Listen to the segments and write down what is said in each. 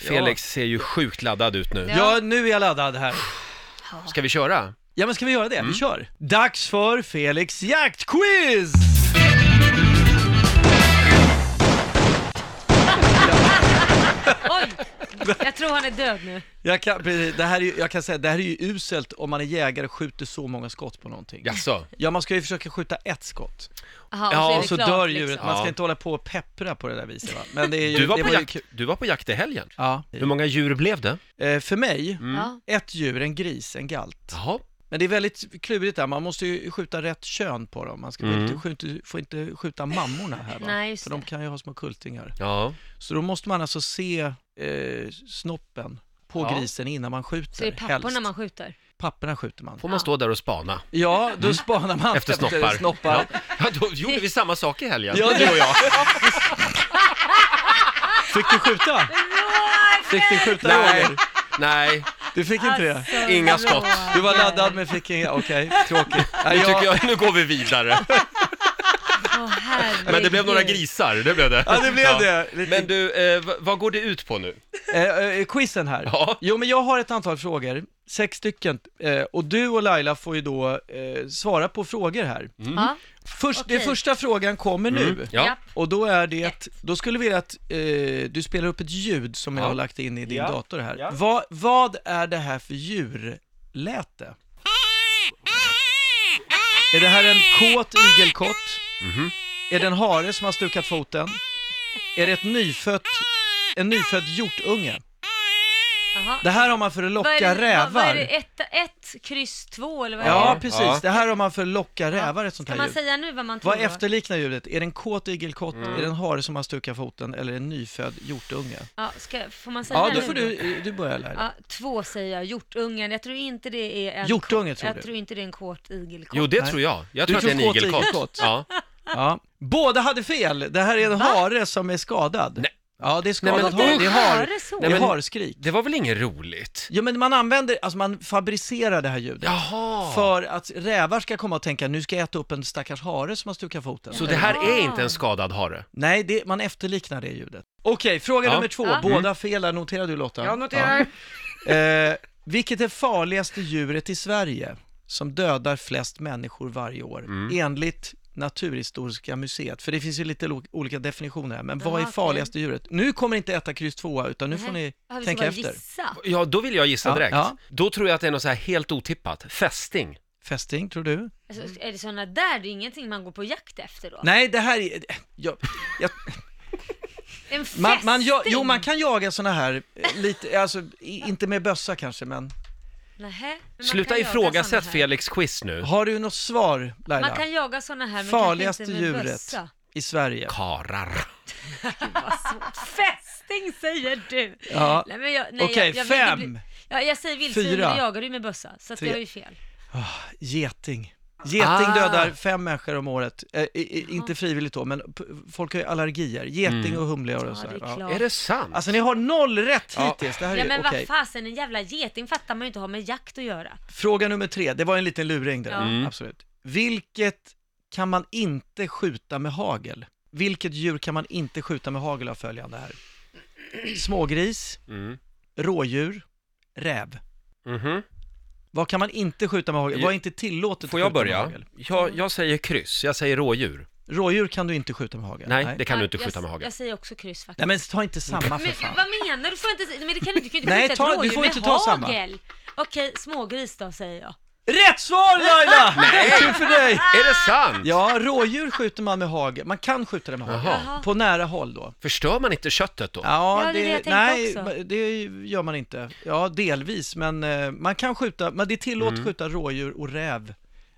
Felix ser ju sjukt laddad ut nu. Ja, nu är jag laddad här. Ska vi köra? Ja, men ska vi göra det? Vi kör. Dags för Felix jaktquiz! Oj! Jag tror han är död nu. Jag kan, precis, det här är, ju- jag kan säga, det här är ju uselt om man är jägare och skjuter så många skott på någonting. Jaså? Ja, man ska ju försöka skjuta ett skott. Aha, och Ja, är och det så klart, liksom. dör djuret. liksom. Man ska Ja. inte hålla på och peppra på det där viset va? Men det är ju, Du var, det på ju jakt, kul. du var på jakt i helgen. Ja. Hur många djur blev det? Eh, för mig, Ja. ett djur, en gris, en galt. Jaha. Men det är väldigt klurigt där, man måste ju skjuta rätt kön på dem. Man ska Mm. inte, skjuta, får inte skjuta mammorna här va? Nej, just För de det. kan ju ha små kultingar. Ja. Så då måste man alltså se eh, snoppen på Ja. grisen innan man skjuter. Så det är papporna helst. man skjuter. Papporna skjuter man. Får man stå där och spana? Ja, då spanar man Efter snoppar. snoppar. Ja. Ja, då gjorde vi samma sak i helgen. Ja, du och jag. Fick du skjuta? Fick du skjuta Nej. Roger? Nej, Du fick inte Alltså. det? inga skott. Du var laddad men fick inga, okej, tråkigt. Ja, Nu, tycker jag- jag, nu går vi vidare. Men det blev några grisar, det blev det. Ja, det blev det. Lite- Men du, eh, v- vad går det ut på nu? Eh, eh, quizen här. Ja. Jo, men jag har ett antal frågor, sex stycken, eh, och du och Laila får ju då eh, svara på frågor här. Mm. Ja. Först, Okej. Den första frågan kommer nu. Ja. Japp. Och då är det, då skulle vi vilja att eh, du spelar upp ett ljud som jag Ja. har lagt in i din Ja. dator här. Ja. Vad, vad är det här för djurläte? Är det här en kåt igelkott? Mhm. Är det en hare som har stukat foten? Är det ett nyfött, en nyfödd hjortunge? Jaha. Det här har man för att locka Vad är det, rävar. vad- Vad är det, ett, ett kryss två eller vad Ja, är det? precis. Ja. Det här har man för att locka rävar, ett sånt Kan här man ljud. säga nu vad man tror? Vad då? efterliknar ljudet? Är det en kåt igelkott, Mm. är det en hare som har stukat foten eller en nyfödd hjortunge? Ja, ska, får man säga Ja, nu då får du, du börja lära dig. Ja, två säger jag, hjortungen. Jag tror inte det är en Hjortunge kå- tror du? Jag tror inte det är en kåt igelkott. Jo, det Nej. tror jag. Jag Du tror att det är en tror kåt igelkott. igelkott. Ja. Ja. Båda hade fel! Det här är en hare som är skadad. Nej. Ja, det är Nej, skadad men hare. Det är har, Hare så? det Nej, är men- harskrik. Det var väl inget roligt? Ja, men man använder, alltså man fabricerar det här ljudet. Jaha! För att rävar ska komma och tänka, nu ska jag äta upp en stackars hare som har stukat foten. Eh, Så det här är inte en skadad hare? Nej, det, man efterliknar det ljudet. Mm. Okej, fråga Ja. nummer två. Ja. Båda fel där, noterar du Lotta? Jag noterar. Ja. Eh, vilket är farligaste djuret i Sverige som dödar flest människor varje år enligt Naturhistoriska museet? För det finns ju lite lo- olika definitioner här, men vad Jaha, är okej. farligaste djuret? Nu kommer inte etta, kryss tvåa, utan nu får ni Ja, vi ska tänka bara efter. Gissa. Ja, då vill jag gissa Ja, direkt. ja. Då tror jag att det är något så här helt otippat. Fästing. Fästing, tror du? Alltså, är det sådana där? Det är ingenting man går på jakt efter då? Mm. Nej, det här är... Jag, jag, En man, fästing? man, jag, jo, man kan jaga såna här, eh, lite, alltså, i, inte med bössa kanske, men... Nähä, men man Sluta kan jaga såna ifrågasätt här. Felix quiz nu. Har du något svar, Laila? Man kan jaga sådana här, men Farligaste kanske inte med djuret bössa. i Sverige. Karar. Vad svårt. Fästing säger du! Ja. Nej, men jag- nej, Okej, jag- jag vill inte fem. bli- Ja, jag säger vildsvin, men Fyra. det jagar du med bössa, så att Tre. jag har ju fel. Geting. Geting Ah. dödar fem människor om året. Eh, i, i, inte frivilligt då, men p- folk har ju allergier. Geting Mm. och humleor och Ja, det sådär. är Ja. klart. Är det sant? Alltså ni har noll rätt Ja. hittills. Det här Ja är men okej. vad fasen, en jävla geting fattar man ju inte har med jakt att göra. Fråga nummer tre, det var en liten luring där. Ja. Mm. Absolut. Vilket kan man inte skjuta med hagel? Vilket djur kan man inte skjuta med hagel av följande här? Smågris, Mm. rådjur, räv. Mhm. Vad kan man inte skjuta med hagel? Vad är inte tillåtet Får att jag skjuta med börja? hagel? Jag, jag säger kryss, jag säger rådjur. Rådjur kan du inte skjuta med hagel. Nej, det kan Ja, du inte jag- skjuta med hagel. Jag säger också kryss faktiskt. Nej men ta inte samma för Men fan. vad menar du? Du får inte, men det kan, du kan ju inte Nej, skjuta ett ta- du rådjur får med inte ta samma. hagel. Okej, smågris då säger jag. Rätt svar Laila! Tur för dig! Är det sant? Ja, rådjur skjuter man med hagel. Man kan skjuta det med hagel. Jaha. Jaha. På nära håll då. Förstör man inte köttet då? Ja, Ja, det är det jag tänkte nej, också. ma- det gör man inte. Ja, delvis, men eh, man kan skjuta, men det är tillåtet att skjuta rådjur och räv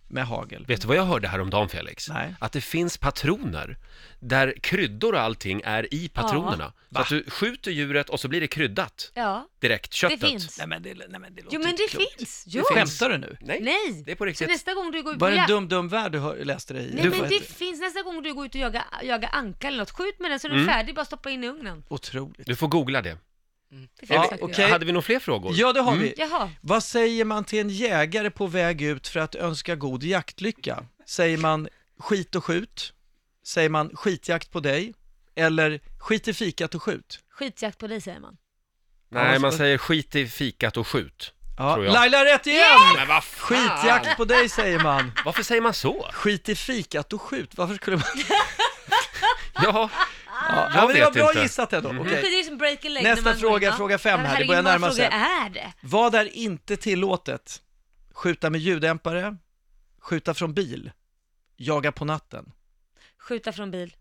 med hagel. Vet du vad jag hörde häromdagen Felix? Nej. Att det finns patroner där kryddor och allting är i patronerna. Så att du skjuter djuret och så blir det kryddat Ja, direkt, köttet. det finns. Nej men det, nej, men det låter Jo men inte det klokt. finns! Jo. Skämtar du nu? Nej, Nej! det är på Så riktigt. nästa gång du går ut på Var det en jakt... dum dum värld du hör, läste dig i? Nej Vad men heter det finns nästa gång du går ut och jagar jaga anka eller något, skjut med den så är den Mm. färdig, bara stoppa in i ugnen. Otroligt. Du får googla det. Det finns Ja, säkert. okej. Hade vi några fler frågor? Ja, det har vi. Jaha, Vad säger man till en jägare på väg ut för att önska god jaktlycka? Säger man skit och skjut? Säger man skitjakt på dig? Eller skit i fikat och skjut? skitjakt på dig säger man. Nej, man säger skit i fikat och skjut. Ja. tror jag. Laila rätt igen! Men vad fan! Skitjakt på dig säger man. Varför säger man så? Skit i fikat och skjut, varför skulle man... Ja, Ja, Jag men det var vet bra inte. Mhm. gissat ändå. Det Okej. är liksom break a leg Nästa när man går fråga, in, va? fråga fem Ja, här. Det herregud, börjar hur många närma sig. frågor är det? Vad är inte tillåtet? Skjuta med ljuddämpare, skjuta från bil, jaga på natten. Skjuta från bil.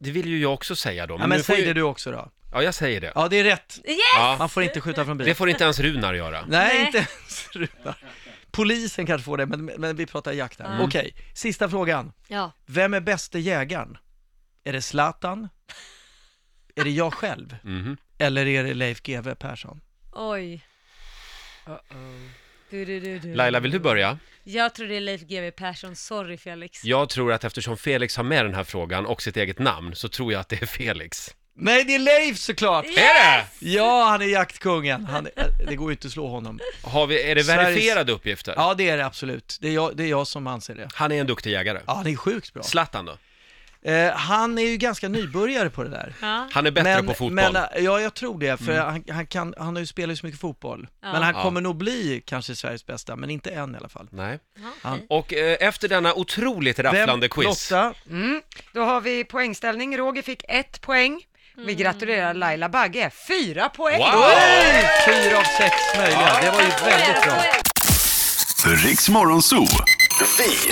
det vill ju jag också säga då. Ja, men nu får säg ju... det du också då. Ja, jag säger det. Ja, det är rätt. Yes! Ja. Man får inte skjuta från Det bil. får inte ens Runar göra. Nej, Nej. inte ens Runar. Polisen kanske får det, men, men vi pratar jakt här. Mm. Okej, sista frågan. Ja. Vem är bäste jägaren? Är det Zlatan? Är det jag själv? Mhm. Eller är det Leif GW Persson? Oj. Du, du, du, du. Laila, vill du börja? Jag tror det är Leif GW Persson. Sorry Felix. Jag tror att eftersom Felix har med den här frågan och sitt eget namn så tror jag att det är Felix. Nej, det är Leif såklart! Yes! Är det? Ja, han är jaktkungen. Han är, det går ju inte att slå honom. Har vi, är det Sveriges- verifierade uppgifter? Ja, det är det absolut. Det är jag, det är jag som anser det. Han är en duktig jägare. Ja, han är sjukt bra. Zlatan då? Eh, han är ju ganska nybörjare på det där. Ja. Han är bättre men, på fotboll. Mm. Men, eh, ja, jag tror det, för han, han, kan, han har ju spelat så mycket fotboll. Ja. Men han Ja. kommer nog bli kanske Sveriges bästa, men inte än i alla fall. Nej. Ja, Han- okej. Och eh, efter denna otroligt rafflande quiz. Lotta, Mm. Då har vi poängställning. Roger fick ett poäng. Vi gratulerar Laila Bagge, fyra poäng! Wow! fyra av sex möjliga. Det var ju väldigt bra. Riks Morgonzoo.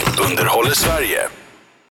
Vi underhåller Sverige.